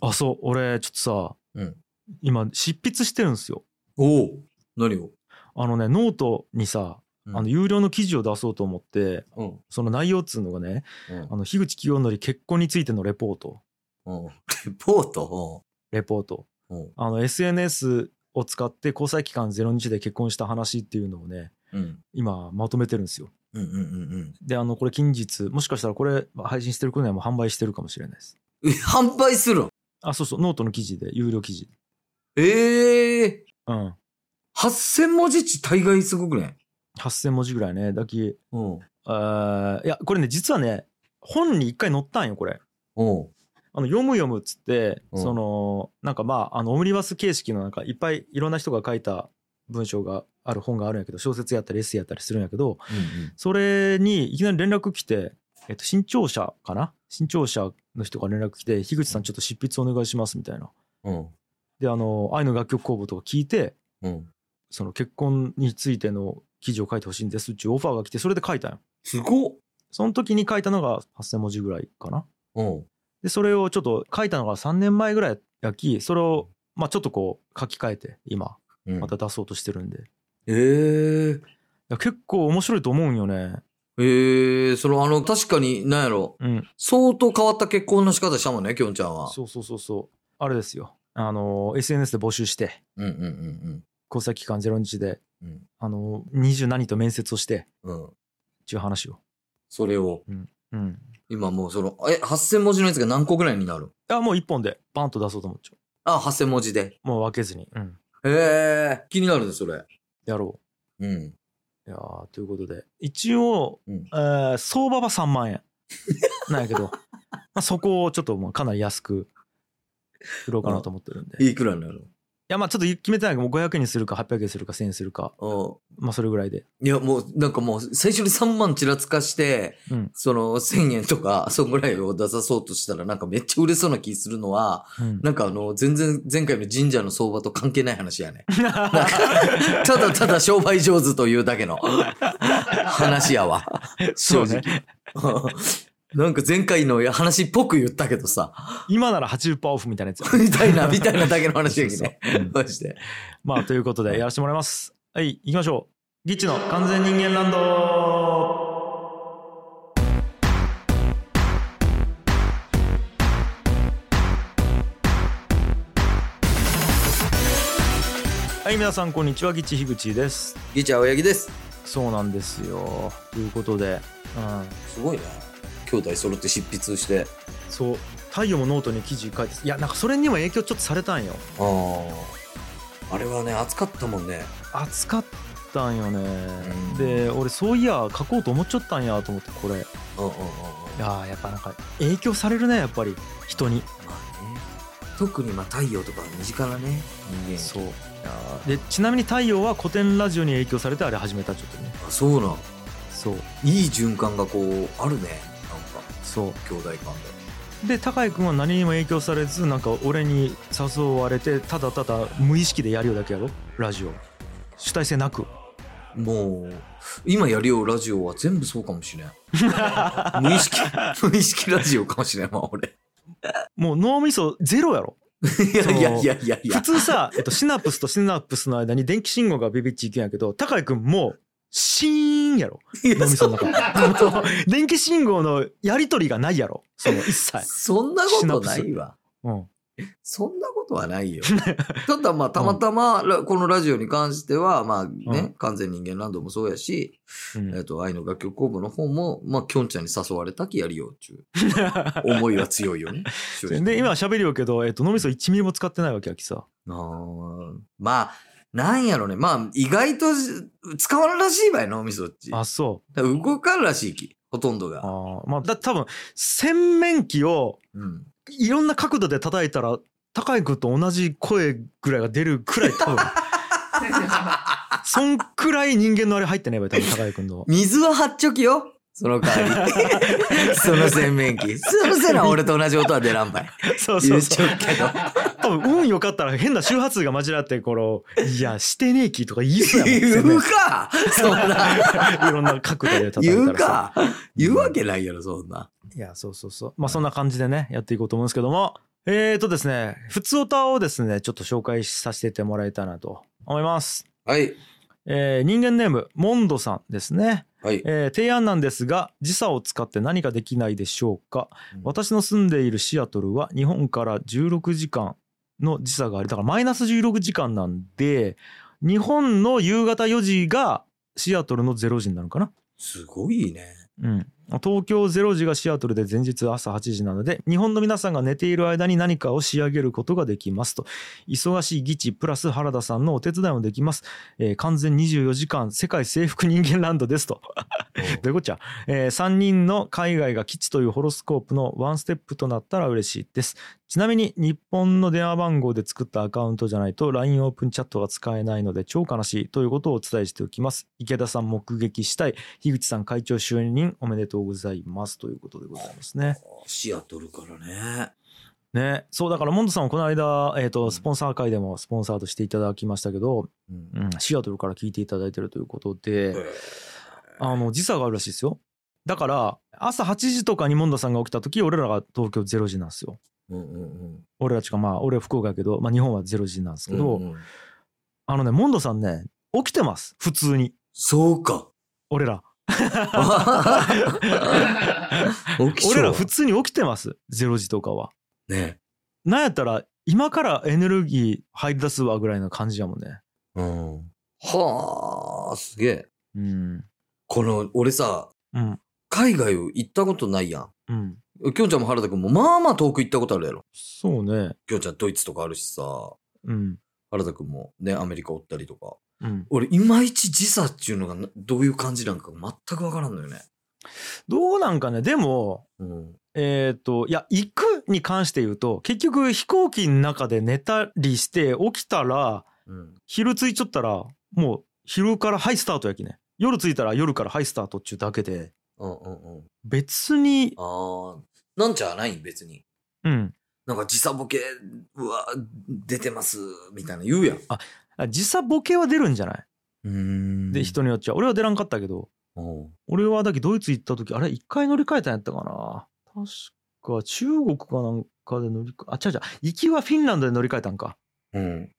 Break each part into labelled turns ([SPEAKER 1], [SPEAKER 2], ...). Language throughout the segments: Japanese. [SPEAKER 1] あそう俺ちょっとさ、
[SPEAKER 2] うん
[SPEAKER 1] 今執筆してるんですよ
[SPEAKER 2] おお何を
[SPEAKER 1] あのねノートにさ、
[SPEAKER 2] うん
[SPEAKER 1] あの有料の記事を出そうと思って
[SPEAKER 2] うん。
[SPEAKER 1] その内容っつうのがね
[SPEAKER 2] うん
[SPEAKER 1] あの樋口清則結婚についてのレポート
[SPEAKER 2] うん。レポート
[SPEAKER 1] レポート
[SPEAKER 2] うん。うん
[SPEAKER 1] あの SNS を使って交際期間0日で結婚した話っていうのをね
[SPEAKER 2] うん。
[SPEAKER 1] 今まとめてるんですよ
[SPEAKER 2] うんうんうん
[SPEAKER 1] であのこれ近日もしかしたらこれ配信してる頃にはもう販売してるかもしれないです
[SPEAKER 2] うん。え、販売するん
[SPEAKER 1] あそうそうノートの記事で有料記事
[SPEAKER 2] ええ
[SPEAKER 1] うん
[SPEAKER 2] ー、8000文字っち大概すごくね
[SPEAKER 1] 8000文字ぐらいねだき
[SPEAKER 2] うん。
[SPEAKER 1] あーいやこれね実はね本に一回載ったんよこれ
[SPEAKER 2] おう
[SPEAKER 1] あの読む読むっつって、
[SPEAKER 2] うん
[SPEAKER 1] そのなんかまああのオムニバス形式のなんかいっぱいいろんな人が書いた文章がある本があるんやけど小説やったりエッセイやったりするんやけど
[SPEAKER 2] うん
[SPEAKER 1] それにいきなり連絡来て、えっと、新潮社かな新潮社の人から連絡来て「樋口さんちょっと執筆お願いします」みたいな。
[SPEAKER 2] うん。うん。
[SPEAKER 1] であの愛の楽曲公募とか聞いて
[SPEAKER 2] うん。
[SPEAKER 1] その結婚についての記事を書いてほしいんですっていうオファーが来てそれで書いたんよ。
[SPEAKER 2] すごっ
[SPEAKER 1] その時に書いたのが8,000文字ぐらいかな。
[SPEAKER 2] うん。
[SPEAKER 1] でそれをちょっと書いたのが3年前ぐらいやきそれをまあちょっとこう書き換えて今
[SPEAKER 2] うん
[SPEAKER 1] また出そうとしてるんで、い
[SPEAKER 2] ええ
[SPEAKER 1] や結構面白いと思うんよね。
[SPEAKER 2] ええそのあの、確かに、なんやろ。
[SPEAKER 1] うん、
[SPEAKER 2] 相当変わった結婚の仕方したもんね、きょんちゃんは。
[SPEAKER 1] そうそうそうそうあれですよあの SNS で募集して
[SPEAKER 2] うんうんうん
[SPEAKER 1] 交際期間0日で
[SPEAKER 2] うん。
[SPEAKER 1] あの二十何人と面接をして
[SPEAKER 2] うん。うん。
[SPEAKER 1] っていう話を。
[SPEAKER 2] それを、
[SPEAKER 1] うん、
[SPEAKER 2] 今もうその、え、8000文字のやつが何個ぐらいになる
[SPEAKER 1] いやもう一本でバンと出そうと思っちゃ
[SPEAKER 2] あ、8000文字で。
[SPEAKER 1] うもう分けずに、うん、
[SPEAKER 2] ええ気になるね、それ。
[SPEAKER 1] やろ
[SPEAKER 2] うん。
[SPEAKER 1] う。いやーということで一応、
[SPEAKER 2] うん
[SPEAKER 1] えー相場は3万円なんや けど、まあ、そこをちょっともうかなり安く売ろうかなと思ってるんで。い
[SPEAKER 2] いくらになる
[SPEAKER 1] やまあちょっと決めてないけどもう500円にするか800円にするか1000円にするか
[SPEAKER 2] の
[SPEAKER 1] まあそれぐらいで。
[SPEAKER 2] うん。いや、もう、なんかもう、最初に3万ちらつかして、
[SPEAKER 1] うん
[SPEAKER 2] その、1000円とか、 そんぐらいを出さそうとしたら、なんかめっちゃ売れそうな気するのは、
[SPEAKER 1] うん
[SPEAKER 2] なんかあの、全然、前回の神社の相場と関係ない話やね。なんか
[SPEAKER 1] そ
[SPEAKER 2] ただただ商売上手というだけの話やわ。正
[SPEAKER 1] うね
[SPEAKER 2] 直。 なんか前回の話っぽく言ったけどさ、
[SPEAKER 1] 今なら80%オ フみたいなやつ
[SPEAKER 2] みたいな、みたいなだけの話やけど
[SPEAKER 1] そう
[SPEAKER 2] ね。
[SPEAKER 1] そううん
[SPEAKER 2] マジで。
[SPEAKER 1] まあということでやらせてもらいます。はい行きましょう。ギッチの完全人間ランドはい皆さんこんにちはギッチ樋口です。
[SPEAKER 2] ギチャ青柳です。
[SPEAKER 1] そうなんですよ。ということで、うん、
[SPEAKER 2] すごいね。兄弟揃って執筆して。
[SPEAKER 1] そう太陽もノートに記事書いていやなんかそれにも影響ちょっとされたんよ。
[SPEAKER 2] ああ。あれはね、熱かったもんね。
[SPEAKER 1] 暑かったんよね、
[SPEAKER 2] うん
[SPEAKER 1] で俺そういや書こうと思っちゃったんやと思ってこれいや
[SPEAKER 2] うんうんうんうん。
[SPEAKER 1] ーやっぱなんか影響されるねやっぱり人に
[SPEAKER 2] まあね。特にまあ太陽とか身近なね、人間。
[SPEAKER 1] そうでちなみに太陽は古典ラジオに影響されてあれ始めたちょっとね
[SPEAKER 2] あそうなん。
[SPEAKER 1] そう
[SPEAKER 2] いい循環がこう、あるね。なんか、
[SPEAKER 1] そ
[SPEAKER 2] 兄弟間で。
[SPEAKER 1] うで高井君は何にも影響されずなんか俺に誘われてただただ無意識でやるよだけやろラジオ主体性なく
[SPEAKER 2] もう、今やるよ、ラジオは全部そうかも しれん。無意識、無意識ラジオかもしれんわ、俺。
[SPEAKER 1] もう脳みそゼロやろ
[SPEAKER 2] いやいやいやいやいや。
[SPEAKER 1] 普通 さ、えっと、シナプスとシナプスの間に電気信号がビビッチ行くんやけど、高井くんもう、シーンやろ。
[SPEAKER 2] いや
[SPEAKER 1] 脳みその
[SPEAKER 2] そ
[SPEAKER 1] 中。
[SPEAKER 2] ん なこと、
[SPEAKER 1] 電気信号のやりとりがないやろ。その一切。
[SPEAKER 2] そんなことないわ。
[SPEAKER 1] うん。
[SPEAKER 2] そんなことはない よ。ただまあ、たまたま、らこのラジオに関しては、まあね、
[SPEAKER 1] うん
[SPEAKER 2] 完全人間ランドもそうやし、
[SPEAKER 1] うん
[SPEAKER 2] えっと、愛の楽曲公募の方も、まあ、きょんちゃんに誘われたきやるよ、っていう 思いは強いよね。正直
[SPEAKER 1] で、今喋るよけど、えっと、脳みそ1ミリも使ってないわけやきさ。
[SPEAKER 2] あーまあ、なんやろね。まあ、意外と使わんらしいわよ、脳みそっち。
[SPEAKER 1] あ、そ
[SPEAKER 2] だから動かんらしいき、ほとんど
[SPEAKER 1] う。
[SPEAKER 2] が。
[SPEAKER 1] あーまあ、だ多分、洗面器を
[SPEAKER 2] うん。
[SPEAKER 1] いろんな角度で叩いたら、高井くんと同じ声ぐらいが出るくらい多 分。 そんくらい人間のあれ入ってないわよ、多分、高井くん の。
[SPEAKER 2] 水は張っちょきよ。その代 わり。その洗面器。そのせな俺と同じ音は出らんばい。
[SPEAKER 1] そうそ
[SPEAKER 2] 言
[SPEAKER 1] う
[SPEAKER 2] っ
[SPEAKER 1] そう
[SPEAKER 2] ち。ゃうけど。
[SPEAKER 1] 多分運良かったら変な周波数が混じらってこの「いやしてねえき」とか言いそうやもん全
[SPEAKER 2] 言
[SPEAKER 1] 然
[SPEAKER 2] うかそん な。
[SPEAKER 1] いろんな角度で叩い
[SPEAKER 2] 言
[SPEAKER 1] た
[SPEAKER 2] う
[SPEAKER 1] らさ
[SPEAKER 2] か言うわけないやろ、そんな。
[SPEAKER 1] いやそうそうそうまあそんな感じでねやっていこうと思うんですけどもえーとですね、普通オタをですね、ちょっと紹介させてもらえたらなと思います。
[SPEAKER 2] はい。
[SPEAKER 1] えー人間ネーム、モンドさんですね。
[SPEAKER 2] はい。
[SPEAKER 1] えー提案なんですが、時差を使って何かできないでしょうか。私の住んでいるシアトルは日本から16時間の時差がありだからマイナス16時間なんで日本の夕方4時がシアトルの0時になるのかな、
[SPEAKER 2] すごいね。
[SPEAKER 1] うん、東京0時がシアトルで前日朝8時なので日本の皆さんが寝ている間に何かを仕上げることができますと忙しい議地プラス原田さんのお手伝いもできます、えー完全24時間世界征服人間ランドですとどういうこっちゃ、え3人の海外が基地というホロスコープのワンステップとなったら嬉しいです。ちなみに日本の電話番号で作ったアカウントじゃないと LINE オープンチャットが使えないので超悲しいということをお伝えしておきます。池田さん目撃したい。樋口さん会長就任おめでとうございます。ということでございますね。
[SPEAKER 2] シアトルからね。
[SPEAKER 1] ね。そうだからモンドさんはこの間、えっ、
[SPEAKER 2] う
[SPEAKER 1] と、
[SPEAKER 2] ん
[SPEAKER 1] スポンサー会でもスポンサーとしていただきましたけど、
[SPEAKER 2] うん
[SPEAKER 1] うん、シアトルから聞いていただいてるということで、
[SPEAKER 2] え
[SPEAKER 1] あの時差があるらしいですよだから朝8時とかにモンダさんが起きた時俺らが東京0時なんですよ
[SPEAKER 2] ーうんうんうん
[SPEAKER 1] 俺らちかまあ俺は福岡やけど、まあ、日本は0時なんですけど、
[SPEAKER 2] うんうん
[SPEAKER 1] あのねモンダさんね起きてます普通に
[SPEAKER 2] そう か。
[SPEAKER 1] 俺ら俺
[SPEAKER 2] 俺
[SPEAKER 1] ら普通に起きてます0時とかは
[SPEAKER 2] ね。
[SPEAKER 1] なんやったら今からエネルギー入り出すわぐらいな感じやもんね
[SPEAKER 2] うん。はあ、すげえ。
[SPEAKER 1] うん
[SPEAKER 2] この、俺さ、
[SPEAKER 1] うん
[SPEAKER 2] 海外を行ったことないやん。
[SPEAKER 1] うん
[SPEAKER 2] きょんちゃんも原田くんも、まあまあ遠く行ったことあるやろ。
[SPEAKER 1] そうね
[SPEAKER 2] きょんちゃんドイツとかあるしさ、
[SPEAKER 1] うん
[SPEAKER 2] 原田くんもね、アメリカおったりとか。
[SPEAKER 1] うん、
[SPEAKER 2] 俺、いまいち時差っていうのがなどういう感じなんか全くわからんのよね。
[SPEAKER 1] どうなんかねでも
[SPEAKER 2] うん。
[SPEAKER 1] えっ、と、いや、行くに関して言うと、結局飛行機の中で寝たりして、起きたら、
[SPEAKER 2] うん。
[SPEAKER 1] 昼着いちゃったら、もう昼からハイスタートやきね。夜着いたら夜からハイスタートっちゅうだけで、
[SPEAKER 2] うんうんうん。
[SPEAKER 1] 別に、
[SPEAKER 2] ああ、なんじゃない別に。
[SPEAKER 1] うん。
[SPEAKER 2] なんか時差ボケ、うわ、出てます、みたいな言うやん。
[SPEAKER 1] あ時差ボケは出るんじゃない
[SPEAKER 2] うん
[SPEAKER 1] で、。人によっちゃ。俺は出らんかったけど、
[SPEAKER 2] うん
[SPEAKER 1] 俺はだけドイツ行った時、あれ、一回乗り換えたんやったかな。確か、中国かなんかで乗り換え、あ、違う違う。行きはフィンランドで乗り換えたんか。
[SPEAKER 2] うん。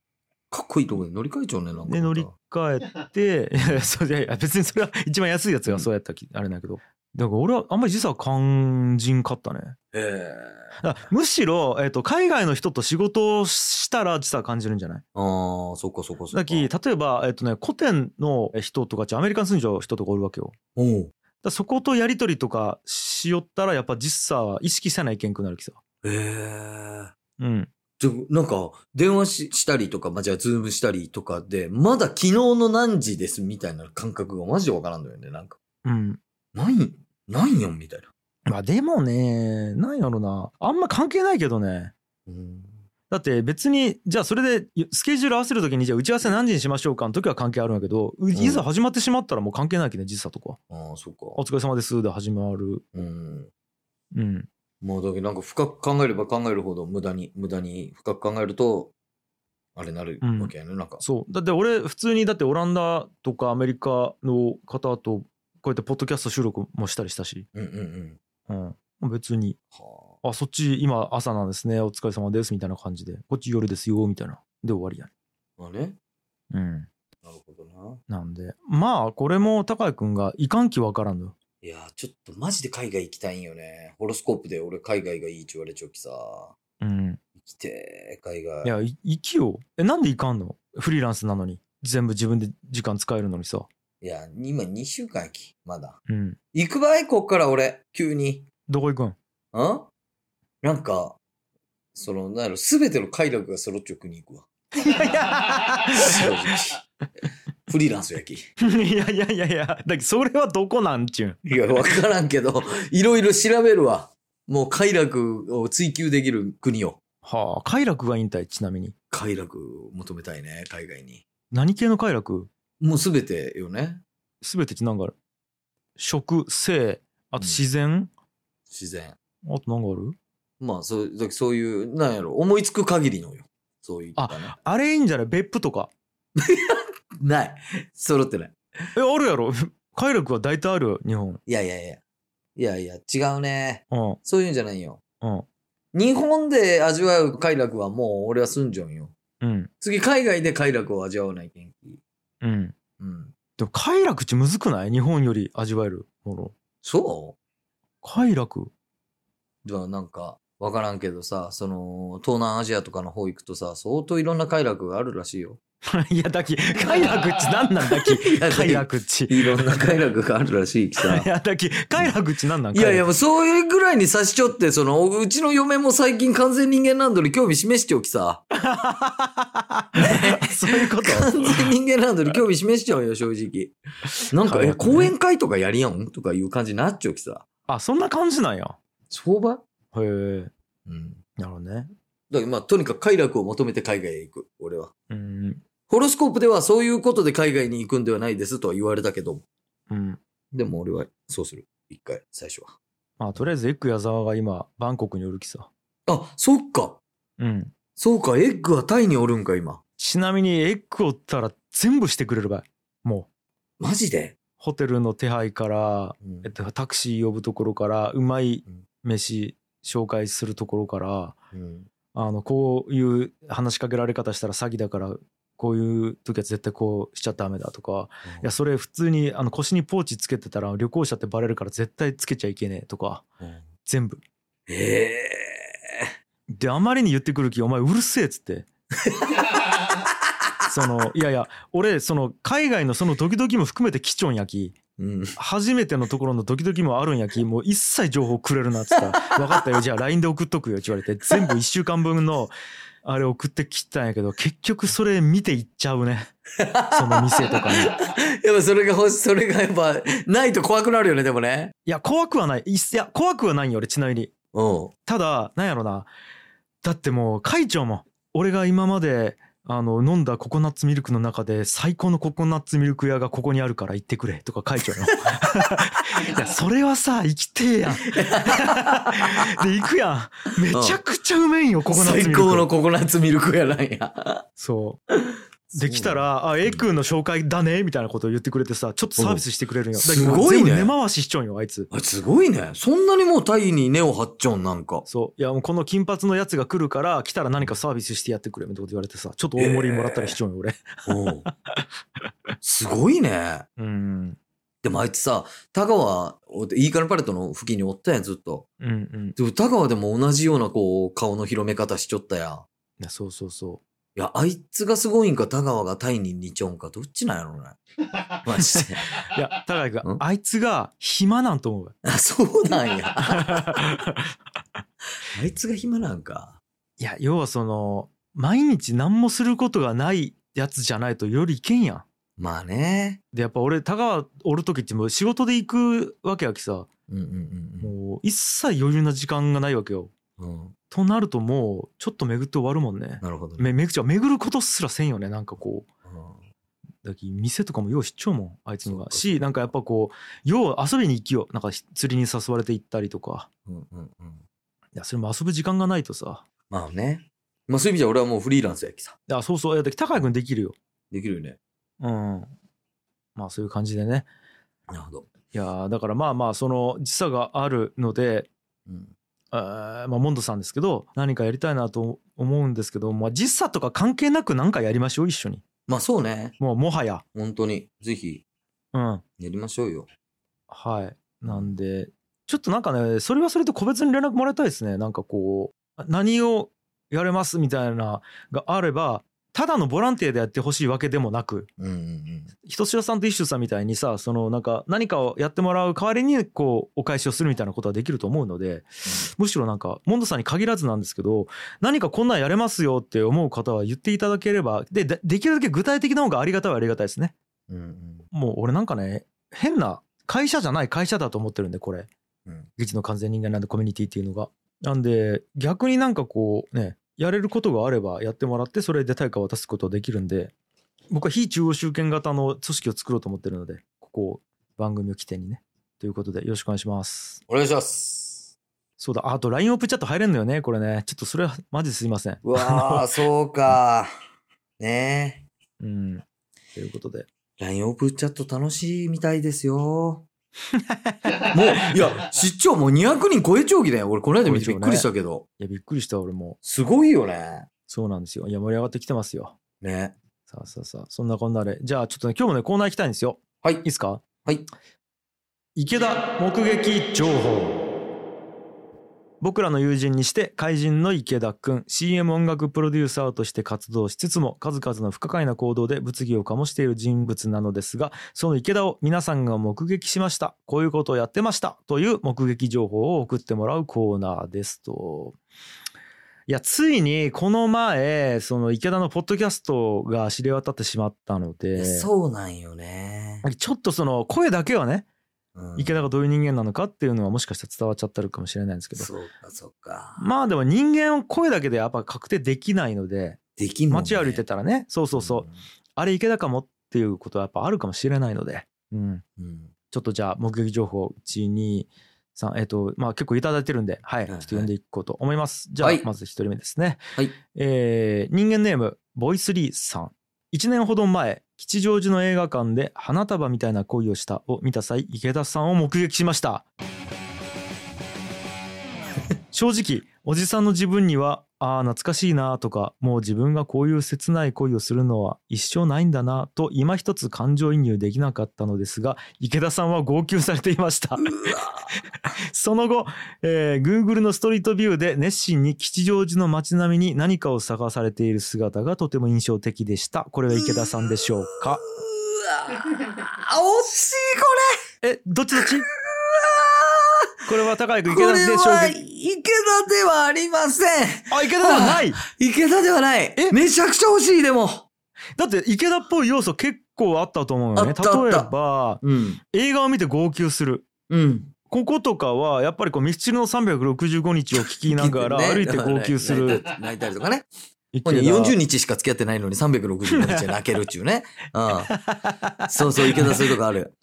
[SPEAKER 2] かっこいいとこで乗り換えちゃうね、なんか。
[SPEAKER 1] で乗り換えていや いやそういやいや別にそれは一番安いやつがそうやったき、あれだけどだから俺はあんまり時差感じんかったね
[SPEAKER 2] ええ
[SPEAKER 1] だからむしろ、えっと海外の人と仕事をしたら時差感じるんじゃない
[SPEAKER 2] ああ、そっかそっかそっか。
[SPEAKER 1] だき例えば、えっとね、古典の人とかちアメリカン住んじゃう人とかおるわけよ
[SPEAKER 2] おう。
[SPEAKER 1] だからそことやり取りとかしよったらやっぱ時差は意識せないけんくなるきさ
[SPEAKER 2] ええ
[SPEAKER 1] うん
[SPEAKER 2] でも、なんか、電話ししたりとか、まあ、じゃあ、ズームしたりとかで、まだ昨日の何時ですみたいな感覚がマジでわからんのよね、なんか。
[SPEAKER 1] うん
[SPEAKER 2] ない、ないよ、みたいな。
[SPEAKER 1] まあでもねなんやろなあんま関係ないけどね
[SPEAKER 2] うん。
[SPEAKER 1] だって別にじゃあそれでスケジュール合わせるときにじゃあ打ち合わせ何時にしましょうかの時は関係あるんやけど、うんいざ始まってしまったらもう関係ないけどね時差とか
[SPEAKER 2] ああ、そっ
[SPEAKER 1] 「お
[SPEAKER 2] か。
[SPEAKER 1] 疲れ様です」で始まる
[SPEAKER 2] うん。
[SPEAKER 1] うん
[SPEAKER 2] もう、だけどなんか深く考えれば考えるほど、無駄に、無駄に深く考えると、あれなるわけやね、なんか。
[SPEAKER 1] そうだって俺普通にだってオランダとかアメリカの方とこうやってポッドキャスト収録もしたりしたし、
[SPEAKER 2] うんうんうん。
[SPEAKER 1] うん、別に
[SPEAKER 2] は
[SPEAKER 1] 「あそっち今朝なんですねお疲れ様です」みたいな感じで「こっち夜ですよ」みたいなで終わりや
[SPEAKER 2] あ。まあね。
[SPEAKER 1] ねうん
[SPEAKER 2] なるほどな。
[SPEAKER 1] なんでまあこれも高井君がいかん気わからんのよ
[SPEAKER 2] いやー、ちょっとマジで海外行きたいんよね。ホロスコープで俺海外がいいって言われちゃうきさ。
[SPEAKER 1] うん
[SPEAKER 2] 行きてー、海外。
[SPEAKER 1] いや、い行きよ。え、なんで行かんのフリーランスなのに。全部自分で時間使えるのにさ。
[SPEAKER 2] いや、今2週間行き、まだ。
[SPEAKER 1] うん。
[SPEAKER 2] 行くばいこっから俺、急に。
[SPEAKER 1] どこ行 くん
[SPEAKER 2] んなんか、その、なんやろ、すべての快楽が揃っちゃう国行くわ。正直。フリーランスやき。い
[SPEAKER 1] いやいやいやいや、だけどそれはどこなんちゅん。
[SPEAKER 2] や、わからんけど、いろいろ調べるわ。もう快楽を追求できる国を。
[SPEAKER 1] はあ、快楽が引退、ちなみに。
[SPEAKER 2] 快楽を求めたいね、海外に。
[SPEAKER 1] 何系の快楽
[SPEAKER 2] もうすべてよね。
[SPEAKER 1] すべてって何がある食、性、あと
[SPEAKER 2] うん
[SPEAKER 1] 自然、
[SPEAKER 2] 自然。
[SPEAKER 1] あと何がある
[SPEAKER 2] まあ、そう、だからそういう、なんやろ、思いつく限りのよ。そういったね。
[SPEAKER 1] あれいいんじゃない別府とか。
[SPEAKER 2] ない。揃ってない。
[SPEAKER 1] え、あるやろ 快楽は大体あるよ、日本。
[SPEAKER 2] いやいやいや。いやいや、違うね。
[SPEAKER 1] うん、
[SPEAKER 2] そういうんじゃないよ。
[SPEAKER 1] うん。
[SPEAKER 2] 日本で味わう快楽はもう俺は住んじゃうんよ。
[SPEAKER 1] うん。
[SPEAKER 2] 次、海外で快楽を味わわない元気。
[SPEAKER 1] うん。
[SPEAKER 2] うん。
[SPEAKER 1] でも快楽ってむずくない日本より味わえるもの。
[SPEAKER 2] そ
[SPEAKER 1] 快楽
[SPEAKER 2] うではなんか、わからんけどさ、その、東南アジアとかの方行くとさ、相当いろんな快楽があるらしいよ。
[SPEAKER 1] い や、だき、快楽っちなんなんだき。
[SPEAKER 2] や
[SPEAKER 1] 快楽っち。
[SPEAKER 2] いろんな快楽があるらしいきさ
[SPEAKER 1] い。や、だき、快楽っちなんなん
[SPEAKER 2] いやい
[SPEAKER 1] 快
[SPEAKER 2] や、もうそういうぐらいに差しちょって、その、うちの嫁も最近完全人間ランドに興味示しておきさ。
[SPEAKER 1] 楽 そういうこと
[SPEAKER 2] 完全人間ランドに興味示しちゃうよ、正直。なんか、
[SPEAKER 1] はい
[SPEAKER 2] え、講演会とかやりやんとかいう感じになっちゃうきさ。
[SPEAKER 1] あ、そんな感じなんや。
[SPEAKER 2] 相場
[SPEAKER 1] へえ。
[SPEAKER 2] うん。
[SPEAKER 1] なるほどね。
[SPEAKER 2] だからまあ、とにかく快楽を求めて海外へ行く、俺は。
[SPEAKER 1] うん。
[SPEAKER 2] ホロスコープではそういうことで海外に行くんではないですとは言われたけど、
[SPEAKER 1] うん。
[SPEAKER 2] でも俺はそうする。一回、最初は。
[SPEAKER 1] まあ、とりあえず、エッグ矢沢が今、バンコクにおるきさ。
[SPEAKER 2] あ、そっか。
[SPEAKER 1] うん。
[SPEAKER 2] そうか、エッグはタイにおるんか、今。
[SPEAKER 1] ちなみに、エッグおったら全部してくれるばい。もう、
[SPEAKER 2] マジで、
[SPEAKER 1] ホテルの手配から、
[SPEAKER 2] うん
[SPEAKER 1] えっと、タクシー呼ぶところから、うまい飯紹介するところから、
[SPEAKER 2] うん
[SPEAKER 1] あの、こういう話しかけられ方したら詐欺だから、こういう時は絶対こうしちゃダメだとか、いや、それ普通にあの腰にポーチつけてたら旅行者ってバレるから絶対つけちゃいけねえとか、
[SPEAKER 2] うん
[SPEAKER 1] 全部。
[SPEAKER 2] ええ
[SPEAKER 1] で、あまりに言ってくる気、お前うるせえっつって。その、いやいや、俺、その、海外のそのドキドキも含めて貴重やき、
[SPEAKER 2] うん。
[SPEAKER 1] 初めてのところのドキドキもあるんやき、もう一切情報くれるなっつったら、 分かったよ、じゃあ LINE で送っとくよって言われて、全部1週間分の、あれ送ってきたんやけど、結局それ見ていっちゃうね。その店とかに。
[SPEAKER 2] やっぱそれが欲し、それがやっぱ、ないと怖くなるよね、でもね。
[SPEAKER 1] いや、怖くはない。いっいや、怖くはないよ、俺、ちなみに。
[SPEAKER 2] うん。
[SPEAKER 1] ただ、なんやろな。だってもう、会長も、俺が今まで、あの、飲んだココナッツミルクの中で、最高のココナッツミルク屋がここにあるから行ってくれ、とか会長 の。いや、それはさ、生きてえやん。で、行くやん。めちゃくちゃうめえんよ、ココナッツミル
[SPEAKER 2] 最
[SPEAKER 1] ク。
[SPEAKER 2] 高のココナッツミルクやなんや。
[SPEAKER 1] そう。できたら、あ、A 君の紹介だね、みたいなことを言ってくれてさ、ちょっとサービスしてくれるんよ。
[SPEAKER 2] うんすごいね
[SPEAKER 1] だけど全部根回ししちゃうんよ、あいつ。
[SPEAKER 2] あ、すごいね。そんなにもうタイに根を張っちゃうん、なんか。
[SPEAKER 1] そう。いや、もうこの金髪のやつが来るから、来たら何かサービスしてやってくれ、みたいなこと言われてさ、ちょっと大盛りもらったりしちゃうよ、俺。
[SPEAKER 2] うんすごいね。
[SPEAKER 1] うん。
[SPEAKER 2] でもあいつさ、田川、イーカルパレットの付近におったやん、ずっと。
[SPEAKER 1] うんうん。
[SPEAKER 2] でも田川でも同じようなこう、顔の広め方しちょったやん。
[SPEAKER 1] いやそうそうそ
[SPEAKER 2] いや、あいつがすごいんか、田川がタイに似ちょんか、どっちなんやろうね。マジで。
[SPEAKER 1] う。いや、高井君
[SPEAKER 2] うん、
[SPEAKER 1] あいつが暇なんと思うよ。
[SPEAKER 2] あ、そうなんや。あいつが暇なんか。
[SPEAKER 1] いや、要はその、毎日何もすることがないやつじゃないとよりいけんやん。
[SPEAKER 2] まあね。
[SPEAKER 1] で、やっぱ俺、田川おる時ってもう仕事で行くわけやきさ、
[SPEAKER 2] うんうんうん
[SPEAKER 1] もう一切余裕な時間がないわけよ。
[SPEAKER 2] うん。うん、
[SPEAKER 1] となるともう、ちょっと巡って終わるもんね。
[SPEAKER 2] なるほどね。
[SPEAKER 1] め、めぐちゃ、巡ることすらせんよね、なんかこう。
[SPEAKER 2] う
[SPEAKER 1] だき店とかもよう知っちゃうもんあいつの
[SPEAKER 2] そっ
[SPEAKER 1] が
[SPEAKER 2] か
[SPEAKER 1] しなんかやっぱこうよう遊びに行きよなんかひ釣りに誘われて行ったりとか
[SPEAKER 2] んうんうんうん。
[SPEAKER 1] いやそれも遊ぶ時間がないとさ
[SPEAKER 2] まあね。まあそういう意味じゃ俺はもうフリーランスやきさ。
[SPEAKER 1] いやそうそういやだき高井君できるよ
[SPEAKER 2] できるよね。
[SPEAKER 1] うんまあそういう感じでね
[SPEAKER 2] なるほど。
[SPEAKER 1] いやーだからまあまあその時差があるので
[SPEAKER 2] うん。
[SPEAKER 1] えーまあモンドさんですけど何かやりたいなと思うんですけど、まあ、時差とか関係なく何かやりましょう一緒に
[SPEAKER 2] まあそうね。
[SPEAKER 1] もうもはや
[SPEAKER 2] 本当に。ぜひ、
[SPEAKER 1] うん
[SPEAKER 2] やりましょうよ。
[SPEAKER 1] はい。なんで、ちょっとなんかね、それはそれで個別に連絡もらいたいですね。なんかこう、何をやれますみたいながあれば、ただのボランティアでやってほしいわけでもなく、
[SPEAKER 2] うんうんうん。
[SPEAKER 1] ひとしおさんと一周さんみたいにさ、そのなんか何かをやってもらう代わりに、こう、お返しをするみたいなことはできると思うので、むしろなんか、モンドさんに限らずなんですけど、何かこんなんやれますよって思う方は言っていただければ、で、でできるだけ具体的な方がありがたいはありがたいですね。
[SPEAKER 2] うんうん。
[SPEAKER 1] もう俺なんかね、変な会社じゃない会社だと思ってるんで、これ。
[SPEAKER 2] うん
[SPEAKER 1] 技術の完全人間なんでコミュニティっていうのが。なんで、逆になんかこうね、やれることがあればやってもらって、それで対価を渡すことはできるんで、僕は非中央集権型の組織を作ろうと思ってるので、ここを番組を起点にね。ということで、よろしくお願いします。
[SPEAKER 2] お願いします。
[SPEAKER 1] そうだ、ああと LINE オープンチャット入れんのよね、これね。ちょっとそれはマジすいません。
[SPEAKER 2] うわー、そうか。ね
[SPEAKER 1] うん。ということで。
[SPEAKER 2] え。LINE オープンチャット楽しいみたいですよ。もう、いや、出張もう200人超え長期だよ。俺、この間見てびっくりしたけど。
[SPEAKER 1] いや、びっくりした、俺も。
[SPEAKER 2] すごいよね。
[SPEAKER 1] そうなんですよ。いや、盛り上がってきてますよ。
[SPEAKER 2] ね。
[SPEAKER 1] さあさあさあ、そんなこんなで。じゃあ、ちょっとね、今日もね、コーナー行きたいんですよ。
[SPEAKER 2] はい
[SPEAKER 1] いいですか
[SPEAKER 2] はい。
[SPEAKER 1] 池田目撃情報僕らの友人にして怪人の池田くん CM 音楽プロデューサーとして活動しつつも数々の不可解な行動で物議を醸している人物なのですがその池田を皆さんが目撃しましたこういうことをやってましたという目撃情報を送ってもらうコーナーですと。いやついにこの前その池田のポッドキャストが知れ渡ってしまったので
[SPEAKER 2] そうなんよね。
[SPEAKER 1] ちょっとその声だけはね
[SPEAKER 2] うん
[SPEAKER 1] 池田がどういう人間なのかっていうのはもしかしたら伝わっちゃってるかもしれないんですけど
[SPEAKER 2] そうか、そうか。
[SPEAKER 1] まあでも人間を声だけでやっぱ確定できないので
[SPEAKER 2] できんもんね
[SPEAKER 1] 街歩いてたらねそうそうそう、あれ池田かもっていうことはやっぱあるかもしれないので、うん、
[SPEAKER 2] うん。うん。
[SPEAKER 1] ちょっとじゃあ目撃情報123えっ、とまあ結構いただいてるんではい
[SPEAKER 2] い
[SPEAKER 1] ちょ
[SPEAKER 2] は
[SPEAKER 1] っ
[SPEAKER 2] い
[SPEAKER 1] と読んでいこうと思います、じゃあ、
[SPEAKER 2] はい
[SPEAKER 1] まず1人目ですね、
[SPEAKER 2] はい
[SPEAKER 1] えー人間ネームボイスリーさん1年ほど前吉祥寺の映画館で花束みたいな恋をしたを見た際池田さんを目撃しました正直おじさんの自分にはああ懐かしいなとかもう自分がこういう切ない恋をするのは一生ないんだなと今一つ感情移入できなかったのですが池田さんは号泣されていました
[SPEAKER 2] うわ
[SPEAKER 1] その後、えー Google のストリートビューで熱心に吉祥寺の街並みに何かを探されている姿がとても印象的でしたこれは池田さんでしょうか
[SPEAKER 2] うわあ惜しいこ
[SPEAKER 1] えどっちどっちこれは高井
[SPEAKER 2] れ
[SPEAKER 1] 君
[SPEAKER 2] こ
[SPEAKER 1] 池田
[SPEAKER 2] れ
[SPEAKER 1] でしょう
[SPEAKER 2] は池田ではありません
[SPEAKER 1] かあ池田ではない
[SPEAKER 2] 池田ではない
[SPEAKER 1] え
[SPEAKER 2] めちゃくちゃ惜しいでも
[SPEAKER 1] だって池田っぽい要素結構あったと思うよ
[SPEAKER 2] あ
[SPEAKER 1] ね
[SPEAKER 2] ったあった
[SPEAKER 1] 例えば
[SPEAKER 2] うん。
[SPEAKER 1] 映画を見て号泣する
[SPEAKER 2] うん。
[SPEAKER 1] こことかはやっぱりこうミスチルの365日を聞きながら歩いて号泣す る
[SPEAKER 2] 泣いたりとかね。
[SPEAKER 1] 池田
[SPEAKER 2] 本人40日しか付き合ってないのに365日で泣けるっちゅうね。うん。そうそう、池田そういうとこある。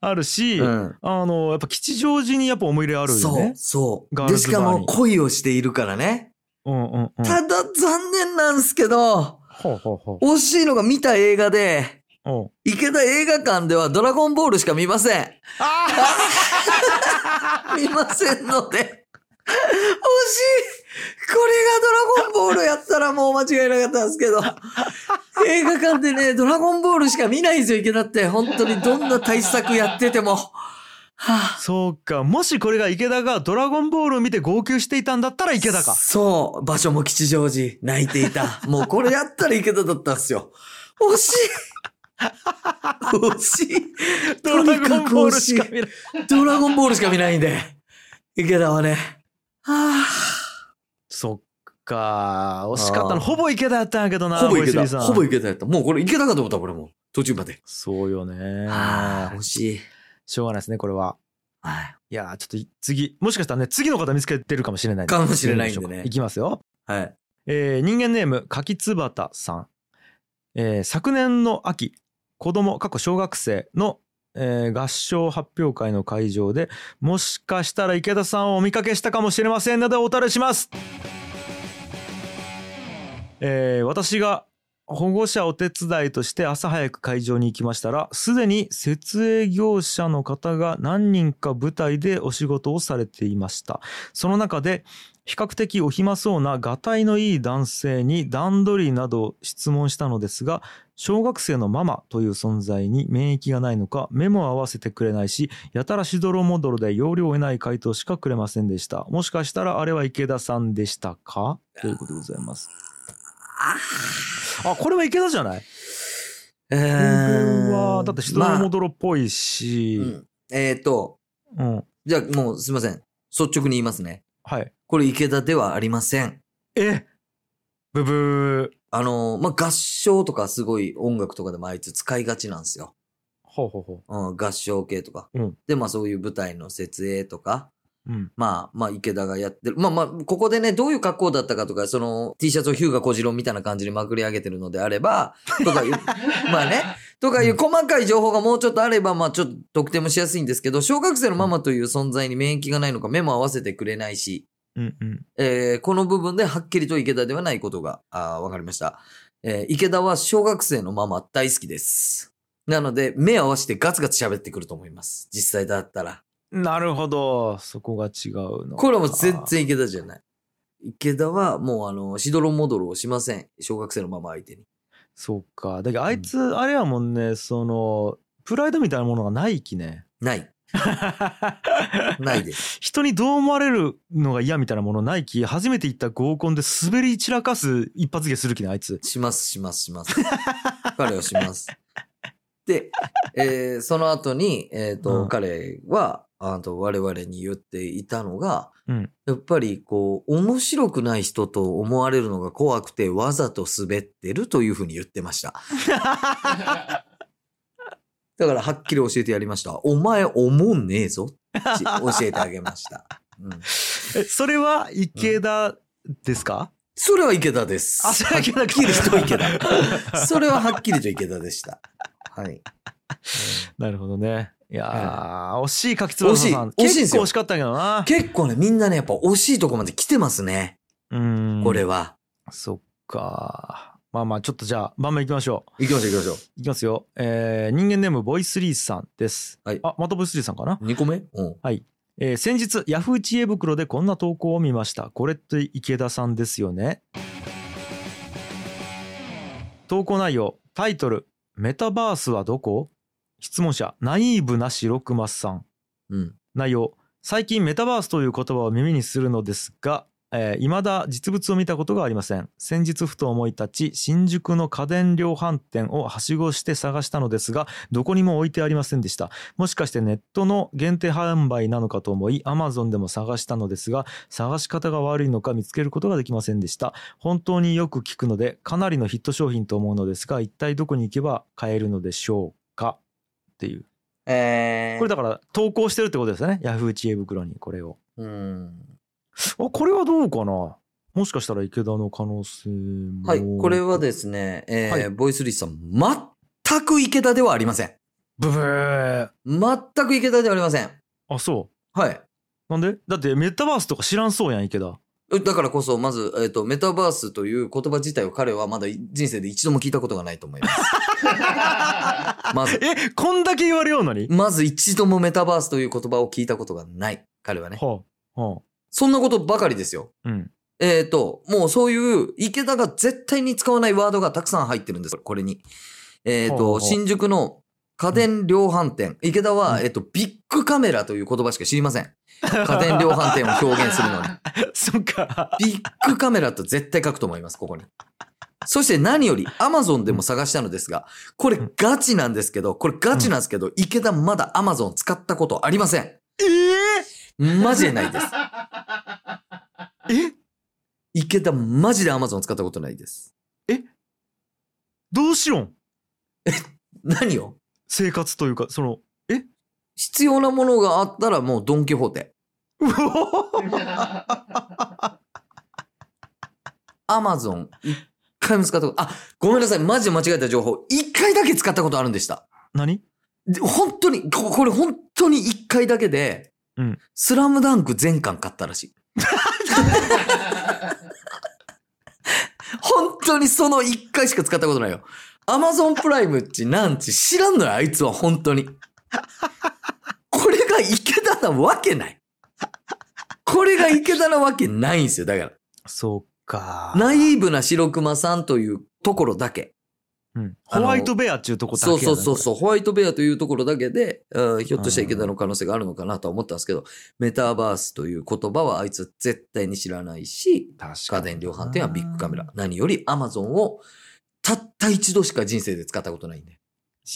[SPEAKER 1] あるし、
[SPEAKER 2] うん。
[SPEAKER 1] あのやっぱ吉祥寺にやっぱ思い入れあるよ
[SPEAKER 2] そう
[SPEAKER 1] ね、
[SPEAKER 2] そう。
[SPEAKER 1] ガー
[SPEAKER 2] で、
[SPEAKER 1] ル
[SPEAKER 2] し
[SPEAKER 1] ズ
[SPEAKER 2] か
[SPEAKER 1] バーに
[SPEAKER 2] も恋をしているからね。
[SPEAKER 1] うんうんうん。
[SPEAKER 2] ただ残念なんすけど、
[SPEAKER 1] ほうほうほ
[SPEAKER 2] 惜しいのが見た映画で、
[SPEAKER 1] う。うん。
[SPEAKER 2] 池田映画館ではドラゴンボールしか見ません。
[SPEAKER 1] あ
[SPEAKER 2] 見ませんので。惜しいこれがドラゴンボールやったらもう間違いなかったんですけど。映画館でね、ドラゴンボールしか見ないんですよ、池田って。本当にどんな対策やってても。はあ、
[SPEAKER 1] そうか。もしこれが池田がドラゴンボールを見て号泣していたんだったら池田 か。
[SPEAKER 2] そう。場所も吉祥寺。泣いていた。もうこれやったら池田だったんですよ。惜しい惜しい
[SPEAKER 1] ドラゴンボールしか見ない。
[SPEAKER 2] ドラゴンボールしか見ないんで。池田はね。は
[SPEAKER 1] そっか。惜しかった
[SPEAKER 2] あー
[SPEAKER 1] な。ほぼ池田やったんやけど
[SPEAKER 2] あ、
[SPEAKER 1] な。
[SPEAKER 2] ほぼ池
[SPEAKER 1] 小
[SPEAKER 2] 田。
[SPEAKER 1] 泉さん
[SPEAKER 2] ほぼ池田やった。もうこれ池田かと思った、これもう。途中まで。
[SPEAKER 1] そうよね。
[SPEAKER 2] ああ、惜しい。
[SPEAKER 1] しょうがないですね、これは。
[SPEAKER 2] はい。
[SPEAKER 1] いやー、ちょっと次、もしかしたらね、次の方見つけてるかもしれない。
[SPEAKER 2] かもしれないんでね
[SPEAKER 1] いきますよ。
[SPEAKER 2] はい。
[SPEAKER 1] えー人間ネーム柿つばたさん、えー昨年の秋子供過去小学生の、えー合唱発表会の会場でもしかしたら池田さんをお見かけしたかもしれませんのでおたれします、えー私が保護者お手伝いとして朝早く会場に行きましたらすでに設営業者の方が何人か舞台でお仕事をされていましたその中で比較的お暇そうながたいのいい男性に段取りなど質問したのですが小学生のママという存在に免疫がないのか目も合わせてくれないしやたらしどろもどろで要領を得ない回答しかくれませんでしたもしかしたらあれは池田さんでしたかということでございますあこれは池田じゃない
[SPEAKER 2] え
[SPEAKER 1] これはだってしどろも
[SPEAKER 2] ま
[SPEAKER 1] どろっぽい
[SPEAKER 2] あう
[SPEAKER 1] し、
[SPEAKER 2] んえっと、
[SPEAKER 1] うん、
[SPEAKER 2] じゃあもうすいません。率直に言いますね。
[SPEAKER 1] はい
[SPEAKER 2] これ池田ではありません。
[SPEAKER 1] えブブー
[SPEAKER 2] あのー、まあ、合唱とかすごい音楽とかでもあいつ使いがちなんですよ。
[SPEAKER 1] ほうほうほ
[SPEAKER 2] うん、合唱系とか。
[SPEAKER 1] うん
[SPEAKER 2] で、まあそういう舞台の設営とか、
[SPEAKER 1] ううん
[SPEAKER 2] まあまあ池田がやってる。まあまあ、ここでね、どういう格好だったかとか、その T シャツをヒューガ小次郎みたいな感じにまくり上げてるのであれば、とかいう、まあね、とかいう細かい情報がもうちょっとあれば、まあちょっと特定もしやすいんですけど、小学生のママという存在に免疫がないのか目も合わせてくれないし、
[SPEAKER 1] うんうん
[SPEAKER 2] えーこの部分ではっきりと池田ではないことが、あーわかりました。えー池田は小学生のママ大好きです。なので、目合わせてガツガツ喋ってくると思います。実際だったら。
[SPEAKER 1] なるほど。そこが違うのか。
[SPEAKER 2] これはもう全然池田じゃない。池田はもうあの、しどろもどろをしません。小学生のまま相手に。
[SPEAKER 1] そうか。だけど、あいつ、あれやもんね、その、プライドみたいなものがないきね。
[SPEAKER 2] ない。ないです。
[SPEAKER 1] 人にどう思われるのが嫌みたいなものないき、初めて行った合コンで滑り散らかす一発芸するきね、あいつ。
[SPEAKER 2] します、します、します。彼はします。で、えーその後に、えっ、と、
[SPEAKER 1] うん
[SPEAKER 2] 彼は、あと我々に言っていたのが、
[SPEAKER 1] うん
[SPEAKER 2] やっぱりこう、面白くない人と思われるのが怖くて、わざと滑ってるというふうに言ってました。 だからはっきり教えてやりました。お前、おもんねえぞ。ち教えてあげました。うん、
[SPEAKER 1] え、それは池田ですか、
[SPEAKER 2] それは池田です。
[SPEAKER 1] あそれは池田か
[SPEAKER 2] はっきりと池田。 それははっきりと池田でした。はい。
[SPEAKER 1] なるほどね。いやー、惜しい柿つ
[SPEAKER 2] 惜しい
[SPEAKER 1] さん。
[SPEAKER 2] 惜しいんで
[SPEAKER 1] 結
[SPEAKER 2] すよ
[SPEAKER 1] 構惜しかったけどな。
[SPEAKER 2] 結構ね、みんなね、やっぱ惜しいとこまで来てますね。
[SPEAKER 1] うん。
[SPEAKER 2] これ。は。
[SPEAKER 1] そっか。まあまあ、ちょっとじゃあ、盤面行きましょう。
[SPEAKER 2] 行きましょう行きましょ
[SPEAKER 1] いきますよ。えー、人間ネーム、ボイスリーさんです。
[SPEAKER 2] はい
[SPEAKER 1] あ、またボイスリーさんかな。
[SPEAKER 2] う。2個目うん。
[SPEAKER 1] えー先日ヤフー知恵袋でこんな投稿を見ましたこれって池田さんですよね投稿内容タイトル「メタバースはどこ?」質問者ナイーブなし六マスさん
[SPEAKER 2] うん。
[SPEAKER 1] 内容最近メタバースという言葉を耳にするのですが、えー、未だ実物を見たことがありません先日ふと思い立ち新宿の家電量販店をはしごして探したのですがどこにも置いてありませんでしたもしかしてネットの限定販売なのかと思い Amazon でも探したのですが探し方が悪いのか見つけることができませんでした本当によく聞くのでかなりのヒット商品と思うのですが一体どこに行けば買えるのでしょうかっていう
[SPEAKER 2] えー。
[SPEAKER 1] これだから投稿してるってことですよね。ヤフー知恵袋にこれを。
[SPEAKER 2] うん。
[SPEAKER 1] あ、これはどうかなもしかしたら池田の可能性も。
[SPEAKER 2] はい。これはですね、えー
[SPEAKER 1] はい
[SPEAKER 2] ボイスリーさん、全く池田ではありません。
[SPEAKER 1] ブブー
[SPEAKER 2] 全く池田ではありません。
[SPEAKER 1] あ、そ
[SPEAKER 2] はい。
[SPEAKER 1] う。なんでだってメタバースとか知らんそうやん、池 田。
[SPEAKER 2] だからこそ、まず、えっ、と、メタバースという言葉自体を彼はまだ人生で一度も聞いたことがないと思い ます。まず、
[SPEAKER 1] え、こんだけ言われようのに、
[SPEAKER 2] まず一度もメタバースという言葉を聞いたことがない。彼はね。
[SPEAKER 1] はあ、は
[SPEAKER 2] そんなことばかりですよ。
[SPEAKER 1] あ、うん。
[SPEAKER 2] えっ、と、もうそういう池田が絶対に使わないワードがたくさん入ってるんです。これに。えっ、
[SPEAKER 1] ほうほ
[SPEAKER 2] と、
[SPEAKER 1] う
[SPEAKER 2] 新宿の家電量販店。池田は、
[SPEAKER 1] うん
[SPEAKER 2] えっ、と、ビッグカメラという言葉しか知りません。家電量販店を表現するのに。
[SPEAKER 1] そっか。
[SPEAKER 2] ビッグカメラと絶対書くと思います、ここに。そして何より、アマゾンでも探したのですが、これガチなんですけど、これガチなんですけど、池田まだアマゾン使ったことありません。
[SPEAKER 1] え
[SPEAKER 2] マジでないです。
[SPEAKER 1] ー、え
[SPEAKER 2] 池田マジでアマゾン使ったことないです。
[SPEAKER 1] どうしよん
[SPEAKER 2] 何を
[SPEAKER 1] 生活というか、そ の、
[SPEAKER 2] 必要なものがあったらもうドンキホーテ。
[SPEAKER 1] うお
[SPEAKER 2] アマゾン一回も使ったこと、あ、ごめんなさい、マジで間違えた情報。一回だけ使ったことあるんでした。
[SPEAKER 1] 何
[SPEAKER 2] で本当に、ここれ本当に一回だけで、
[SPEAKER 1] うん
[SPEAKER 2] スラムダンク全巻買ったらしい。本当にその一回しか使ったことないよ。アマゾンプライムっちなんち知らんのよ、あいつは本当に。これが池田なわけない。これが池田なわけないんですよ、だから。
[SPEAKER 1] そうか。
[SPEAKER 2] ナイーブな白熊さんというところだけ。
[SPEAKER 1] うん、ホワイトベアっちゅうとこだけ
[SPEAKER 2] そ
[SPEAKER 1] や
[SPEAKER 2] う
[SPEAKER 1] な
[SPEAKER 2] そうそうそう、ホワイトベアというところだけで、うんひょっとしたら池田の可能性があるのかなとは思ったんですけど、メタバースという言葉はあいつは絶対に知らないし、
[SPEAKER 1] 確かに
[SPEAKER 2] 家電量販店はビッグカメラ。何よりアマゾンをたった一度しか人生で使ったことない んで。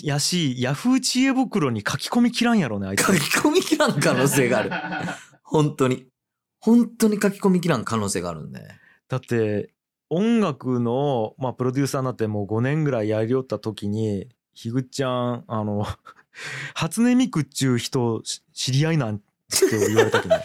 [SPEAKER 1] やし、ヤフー知恵袋に書き込み切らんやろうね、あいつ
[SPEAKER 2] 書。き込み機らん可能性 がある。本当に。本当に書き込み機らん可能性があるんで。
[SPEAKER 1] だって音楽の、まあ、プロデューサーになってもう5年ぐらいやりよった時にひぐっちゃんあの 初音ミクっちゅう人し知り合いなんって言われ たきね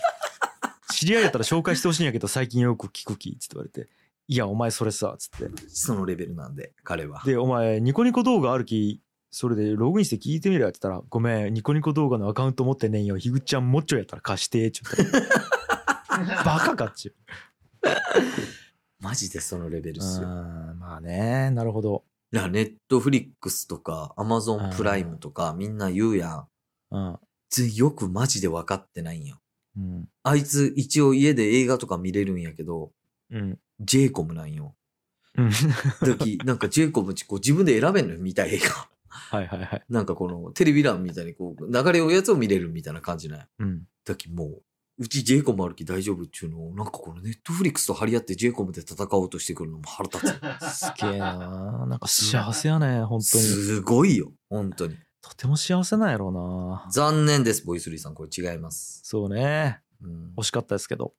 [SPEAKER 1] 知り合いやったら紹介してほしいんやけど最近よく聞くきっつって言われて「いやお前それさ」っつって
[SPEAKER 2] そのレベルなんで、彼は。
[SPEAKER 1] で「お前ニコニコ動画あるきそれでログインして聞いてみろや」って言ったら「ごめんニコニコ動画のアカウント持ってねんよひぐっちゃんもっちょやったら貸して」ちょっとバカかっちゅう
[SPEAKER 2] マジでそのレベルっすよ。
[SPEAKER 1] あーまあねなるほど
[SPEAKER 2] いや、ネットフリックスとか、アマゾンプライムとか、みんな言うやん。
[SPEAKER 1] うん。
[SPEAKER 2] 全然よくマジで分かってないんよ。
[SPEAKER 1] うん。
[SPEAKER 2] あいつ一応家で映画とか見れるんやけど、
[SPEAKER 1] うん。
[SPEAKER 2] ジェイコムなんよ。
[SPEAKER 1] うん。
[SPEAKER 2] 時、 なんかジェイコムこう自分で選べんのよ、見たい映画。
[SPEAKER 1] はいはいはい。
[SPEAKER 2] なんかこのテレビ欄みたいにこう、流れをやつを見れるみたいな感じなんや。
[SPEAKER 1] うん。
[SPEAKER 2] 時もう、うちジェイコムあるき大丈夫っちゅうのを、なんかこのネットフリックスと張り合ってジェイコムで戦おうとしてくるのも腹立つ。
[SPEAKER 1] すげえ な。なんか幸せやね、本当に。
[SPEAKER 2] すごいよ、本当に。
[SPEAKER 1] とても幸せなんやろうな。
[SPEAKER 2] 残念です、ボイスリーさん。これ違います。
[SPEAKER 1] そうね。
[SPEAKER 2] うん
[SPEAKER 1] 惜しかったですけど。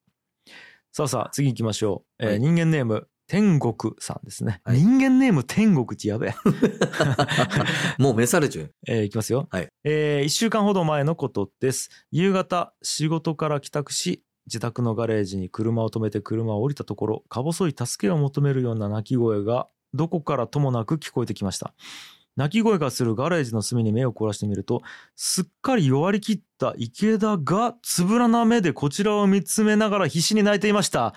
[SPEAKER 1] さあさあ、次行きましょう。えー
[SPEAKER 2] はい
[SPEAKER 1] 人間ネーム、天国さんですね。
[SPEAKER 2] はい
[SPEAKER 1] 人間ネーム、天国ってやべえ。
[SPEAKER 2] もう召されちゃうよ。
[SPEAKER 1] えーいきますよ。
[SPEAKER 2] はい
[SPEAKER 1] え1週間ほど前のことです。夕方、仕事から帰宅し、自宅のガレージに車を止めて車を降りたところ、か細い助けを求めるような鳴き声が、どこからともなく聞こえてきました。鳴き声がするガレージの隅に目を凝らしてみると、すっかり弱り切った池田が、つぶらな目でこちらを見つめながら必死に泣いていました。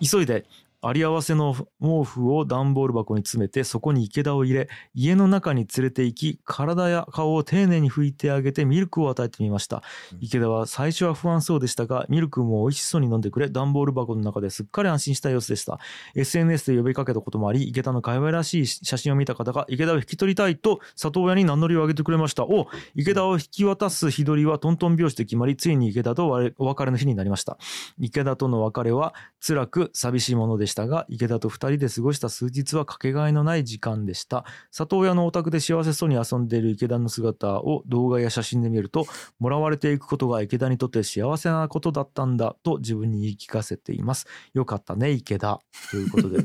[SPEAKER 1] 急いで、あり合わせの毛布を段ボール箱に詰めて、そこに池田を入れ、家の中に連れて行き体や顔を丁寧に拭いてあげてミルクを与えてみました
[SPEAKER 2] うん
[SPEAKER 1] 池田は最初は不安そうでしたがミルクも美味しそうに飲んでくれ段ボール箱の中ですっかり安心した様子でした SNS で呼びかけたこともあり池田の可愛らしい写真を見た方が池田を引き取りたいと里親に名乗りを上げてくれましたお池田を引き渡す日取りはトントン拍子で決まりついに池田とわれお別れの日になりました池田との別れは辛く寂しいものでしたが池田と2人で過ごした数日はかけがえのない時間でした里親のお宅で幸せそうに遊んでいる池田の姿を動画や写真で見るともらわれていくことが池田にとって幸せなことだったんだと自分に言い聞かせていますよかったね池田ということ で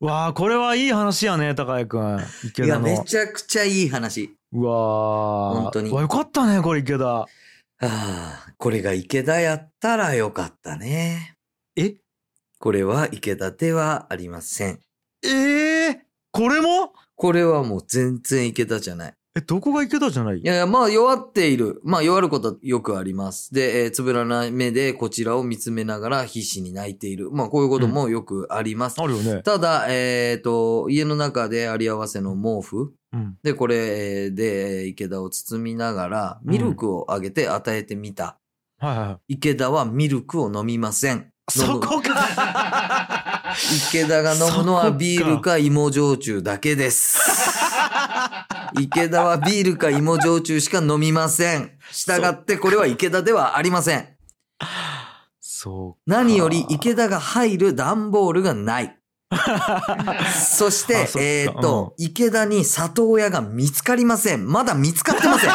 [SPEAKER 1] わあこれはいい話やね高谷君池
[SPEAKER 2] いや、
[SPEAKER 1] 田
[SPEAKER 2] め
[SPEAKER 1] の
[SPEAKER 2] ちゃくちゃいい話。
[SPEAKER 1] うわー
[SPEAKER 2] 本当に
[SPEAKER 1] わよかったねこれ池田
[SPEAKER 2] ああ、これが池田やったらよかったね。
[SPEAKER 1] え
[SPEAKER 2] これは池田ではありません。
[SPEAKER 1] えー、これも
[SPEAKER 2] これはもう全然池田じゃない。
[SPEAKER 1] えどこが池田じゃない
[SPEAKER 2] いやいや、まあ弱っている。まあ弱ることはよくあります。で、えーつぶらない目でこちらを見つめながら必死に泣いている。まあこういうこともよくあります。
[SPEAKER 1] あるよね
[SPEAKER 2] ただ、えっ、と、家の中であり合わせの毛布。
[SPEAKER 1] うん
[SPEAKER 2] で、これえーでえー池田を包みながら
[SPEAKER 1] うん
[SPEAKER 2] ミルクをあげて与えてみた。
[SPEAKER 1] はいはいはい
[SPEAKER 2] 池田はミルクを飲みません。
[SPEAKER 1] そこか
[SPEAKER 2] 池田が飲むの
[SPEAKER 1] そ
[SPEAKER 2] は
[SPEAKER 1] こか
[SPEAKER 2] ビールか芋焼酎だ けです。池田はビールか芋焼酎しか飲みません。従ってこれは池田ではありません。
[SPEAKER 1] そう
[SPEAKER 2] 何より池田が入る段ボールがない。そし て
[SPEAKER 1] あそっ、か
[SPEAKER 2] えっ、と、池田に里親が見つかりません。まだ見つかってません。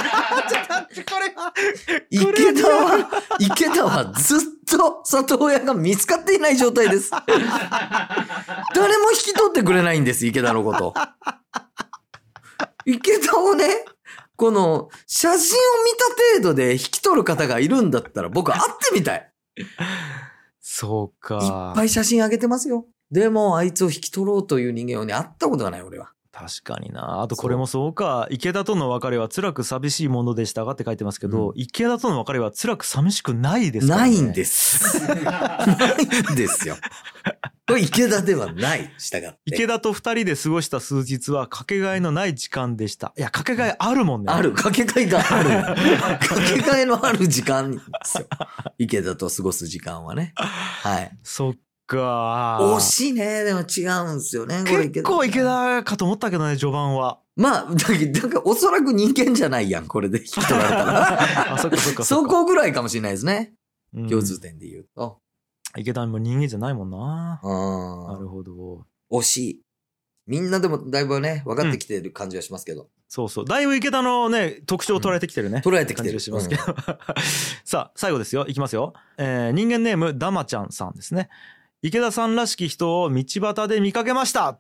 [SPEAKER 1] これ
[SPEAKER 2] 池田は、池田はずっと里親が見つかっていない状態です。誰も引き取ってくれないんです、池田のこと。池田をね、この写真を見た程度で引き取る方がいるんだったら僕会ってみたい。
[SPEAKER 1] そう
[SPEAKER 2] いっ
[SPEAKER 1] か
[SPEAKER 2] ぱい写真あげてますよ。でも、あいつを引き取ろうという人間をね、会ったことがない、俺は。
[SPEAKER 1] 確かになあとこれもそうか池田との別れは辛く寂しいものでしたがって書いてますけど、
[SPEAKER 2] うん
[SPEAKER 1] 池田との別れは辛く寂しくないですから、
[SPEAKER 2] な
[SPEAKER 1] ね、
[SPEAKER 2] いんですす。 ないんですよ。これ池田ではない、従って。
[SPEAKER 1] 池田と二人で過ごした数日はかけがえのない時間でしたいやかけがえあるもんね
[SPEAKER 2] ある、かけがえが ある。かけがえのある時間ですよ。池田と過ごす時間はね。はい。
[SPEAKER 1] そっか
[SPEAKER 2] 惜しいね。でも違うんですよね。これ
[SPEAKER 1] 結構池。田かと思ったけどね序盤 は
[SPEAKER 2] まあ、だけど、だからおそらく人間じゃないやん。これで引き取られたら。
[SPEAKER 1] あ そっかそっか
[SPEAKER 2] そ
[SPEAKER 1] っか、
[SPEAKER 2] こぐらいかもしれないですね。
[SPEAKER 1] うん
[SPEAKER 2] 共通点で言うと。
[SPEAKER 1] 池田も人間じゃないもんな
[SPEAKER 2] うん
[SPEAKER 1] なるほど
[SPEAKER 2] 惜しい。みんなでもだいぶね、分かってきてる感じはしますけど。
[SPEAKER 1] そうそう。だいぶ池田のね、特徴を捉えてきてるね。
[SPEAKER 2] 捉えてきて
[SPEAKER 1] 感
[SPEAKER 2] る
[SPEAKER 1] じがしますけど。 さあ、最後ですよ。いきますよ。えー人間ネーム、ダマちゃんさんですね。池田さんらしき人を道端で見かけました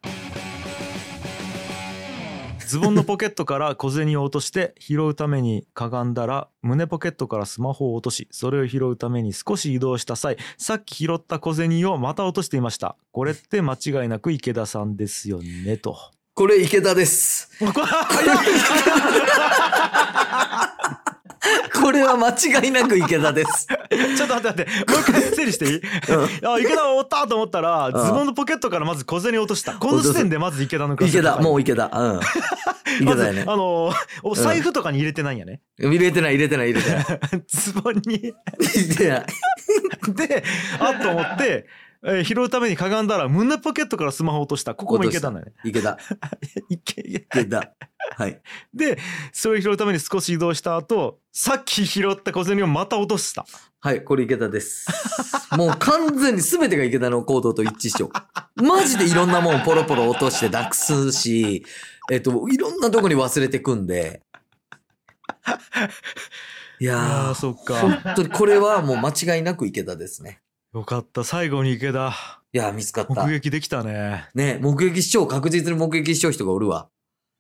[SPEAKER 1] ズボンのポケットから小銭を落として拾うためにかがんだら胸ポケットからスマホを落としそれを拾うために少し移動した際さっき拾った小銭をまた落としていましたこれって間違いなく池田さんですよね と
[SPEAKER 2] これ池田です。
[SPEAKER 1] これ
[SPEAKER 2] これは間違いなく池 田です。
[SPEAKER 1] ちょっと待って待って、もう一回整理していいあ、池田おったと思ったら、ズボンのポケットからまず小銭落とした。この時点でまず池田の
[SPEAKER 2] 池田、も
[SPEAKER 1] う
[SPEAKER 2] う池 田。うん。池
[SPEAKER 1] ま
[SPEAKER 2] 田
[SPEAKER 1] ず、
[SPEAKER 2] やね。
[SPEAKER 1] あのーお財布とかに入れてないんやね。
[SPEAKER 2] 入れてない、入れてない、入れてない。
[SPEAKER 1] ズボンに。
[SPEAKER 2] 入れてない。
[SPEAKER 1] で、あっと思って、えー拾うためにかがんだら、胸ポケットからスマホ落とした。ここもいけたんだね。
[SPEAKER 2] 池田、
[SPEAKER 1] いけいけ
[SPEAKER 2] 池田。はい。
[SPEAKER 1] で、それを拾うために少し移動した後、さっき拾った小銭をまた落とした。
[SPEAKER 2] はい、これ池田です。もう完全に全てが池田の行動と一致しよう。マジでいろんなもんポロポロ落としてなくすし、えっと、いろんなとこに忘れてくんで。い
[SPEAKER 1] あ
[SPEAKER 2] や
[SPEAKER 1] あ、
[SPEAKER 2] ー、
[SPEAKER 1] そっ
[SPEAKER 2] 本
[SPEAKER 1] か。
[SPEAKER 2] 当にこれはもう間違いなく池田ですね。
[SPEAKER 1] よかった。最後に池田、
[SPEAKER 2] いやー、見つかった
[SPEAKER 1] 目。撃できたね。
[SPEAKER 2] ね、目撃しちゃう、確実に目撃しちゃう人がおるわ。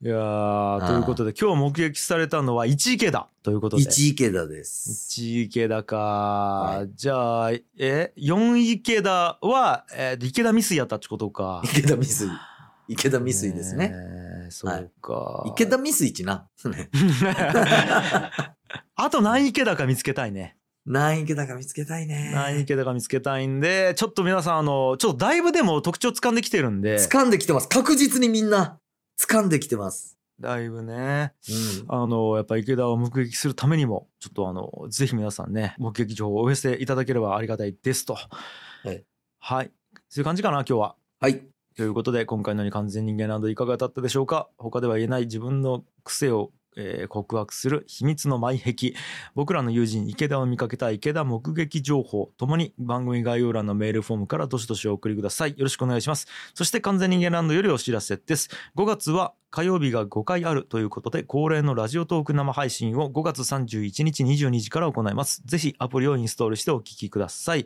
[SPEAKER 1] いやー
[SPEAKER 2] あー
[SPEAKER 1] ということで今日目撃されたのは一池田ということで
[SPEAKER 2] 一池田です。
[SPEAKER 1] 一池田か、
[SPEAKER 2] は
[SPEAKER 1] じゃあえ四池田は、えー池田未遂やったってことか
[SPEAKER 2] 池田未遂。池田未遂ですね。
[SPEAKER 1] えそうか、
[SPEAKER 2] 池田未遂ちな。
[SPEAKER 1] あと何池田か見つけたいね
[SPEAKER 2] 何池田か見つけたいね。
[SPEAKER 1] 何池田か見つけたいんでちょっと皆さんあのちょっとだいぶでも特徴掴んできてるんで
[SPEAKER 2] 掴んできてます。確実にみんな、掴んできてます。
[SPEAKER 1] だいぶね
[SPEAKER 2] うん。
[SPEAKER 1] あのやっぱ池田を目撃するためにもちょっとあのぜひ皆さんね目撃情報をお寄せいただければありがたいですと
[SPEAKER 2] い
[SPEAKER 1] はいそういう感じかな今日は
[SPEAKER 2] はい。
[SPEAKER 1] ということで今回の「に完全人間ランド」いかがだったでしょうか他では言えない自分の癖を、えー告白する秘密の前壁僕らの友人池田を見かけた池田目撃情報ともに番組概要欄のメールフォームからどしどしお送りくださいよろしくお願いしますそして完全人間ランドよりお知らせです5月は火曜日が5回あるということで恒例のラジオトーク生配信を5月31日22時から行いますぜひアプリをインストールしてお聞きください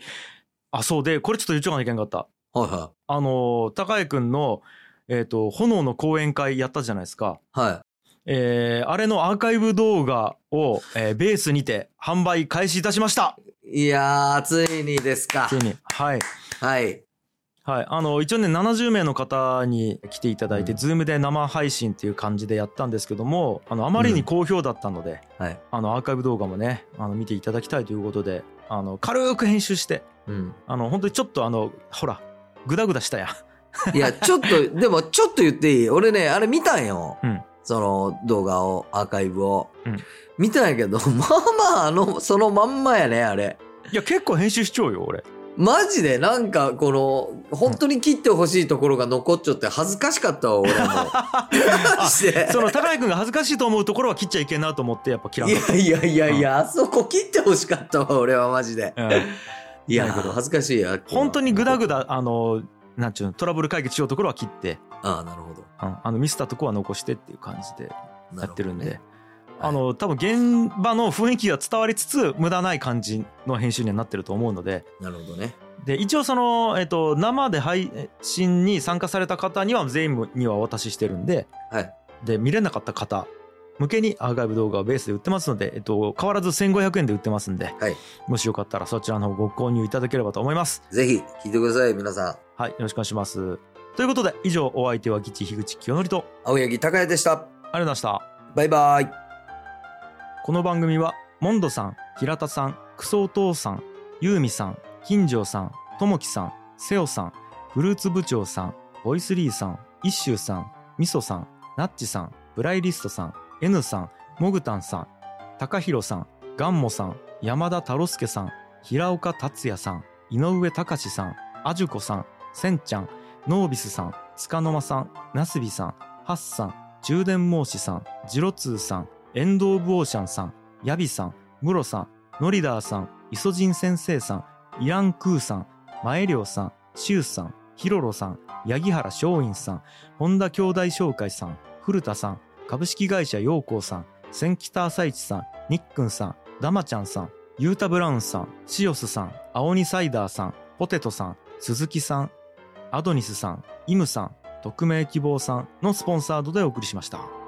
[SPEAKER 1] あそうでこれちょっと言っちゃおかなきゃいけなかった
[SPEAKER 2] は
[SPEAKER 1] あのー高江君の、えーと「炎の講演会」やったじゃないですか、
[SPEAKER 2] いはい。は
[SPEAKER 1] えーあれのアーカイブ動画を、えーベースにて販売開始いたしました
[SPEAKER 2] い。いやー、ついにですか
[SPEAKER 1] つい。にはい、
[SPEAKER 2] はい。
[SPEAKER 1] はい、あの一応ね70名の方に来ていただいて、
[SPEAKER 2] うん
[SPEAKER 1] Zoom で生配信っていう感じでやったんですけどもあのあまりに好評だったので、
[SPEAKER 2] はい。
[SPEAKER 1] あのアーカイブ動画もねあの見ていただきたいということであの軽く編集して
[SPEAKER 2] うん。
[SPEAKER 1] あの本当にちょっとあのほらグダグダしたやん
[SPEAKER 2] いや、ちょっと、 でも、ちょっと言っていい俺ね、あれ見たんよ。
[SPEAKER 1] うん
[SPEAKER 2] その動画を、アーカイブを。
[SPEAKER 1] うん
[SPEAKER 2] 見たんやけど、 まあまあ、あの、そのまんまやね、あれ。
[SPEAKER 1] いや結構編集しちゃうよ俺
[SPEAKER 2] マジで、なんか、この、本当に切ってほしいところが残っちゃって恥ずかしかったわ、 俺も。マジで。
[SPEAKER 1] その高井君が恥ずかしいと思うところは切っちゃいけんなと思ってやっぱ切らん
[SPEAKER 2] い
[SPEAKER 1] かっ
[SPEAKER 2] やいやいやいや、あそこ切ってほしかったわ、俺はマジで。
[SPEAKER 1] た、うん
[SPEAKER 2] いや、
[SPEAKER 1] なるほど
[SPEAKER 2] 恥ずかしいや。
[SPEAKER 1] 本当にグダグ
[SPEAKER 2] ダ。
[SPEAKER 1] ダあのなんちゅうのトラブル解決しようところは切って、
[SPEAKER 2] ああ、なるほ
[SPEAKER 1] う
[SPEAKER 2] ど。
[SPEAKER 1] んあのミスったとこは残してっていう感じでやってるんで
[SPEAKER 2] なほ
[SPEAKER 1] あ
[SPEAKER 2] どね、はい
[SPEAKER 1] の多分現場の雰囲気が伝わりつつ無駄ない感じの編集にはなってると思うので
[SPEAKER 2] なるほどね。
[SPEAKER 1] で一応その、えっと、生で配信に参加された方には全員にはお渡ししてるんで
[SPEAKER 2] はい。
[SPEAKER 1] で見れなかった方向けにアーカイブ動画をベースで売ってますので、えっと、変わらず1500円で売ってますんで、
[SPEAKER 2] はい
[SPEAKER 1] もしよかったらそちらの方ご購入いただければと思います。
[SPEAKER 2] ぜひ、聞いてください、皆さん。
[SPEAKER 1] はい、よろしくお願いします。ということで、以上、お相手は吉樋口清則と、
[SPEAKER 2] 青柳高也でした。
[SPEAKER 1] ありがとうございました。
[SPEAKER 2] バイバイ。
[SPEAKER 1] この番組は、モンドさん、平田さん、クソお父さん、ユーミさん、金城さん、ともきさん、セオさん、フルーツ部長さん、ボイスリーさん、イッシューさん、ミソさん、ナッチさん、ブライリストさん、N さん、モグタンさん、タカヒロさん、ガンモさん、山田太郎介さん、平岡達也さん、井上隆さん、アジュコさん、センちゃん、ノービスさん、つかの間さん、ナスビさん、ハッさん、充電申しさん、ジロツーさん、エンド・オブ・オーシャンさん、ヤビさん、ムロさん、ノリダーさん、イソジン先生さん、イラン・クーさん、マエリョウさん、シュウさん、ヒロロさん、八木原松陰さん、本田兄弟紹介さん、古田さん、株式会社陽光さん、千北朝市さん、ニックンさん、ダマちゃんさん、ユータ・ブラウンさん、シオスさん、青鬼サイダーさん、ポテトさん、鈴木さん、アドニスさん、イムさん、匿名希望さんのスポンサードでお送りしました。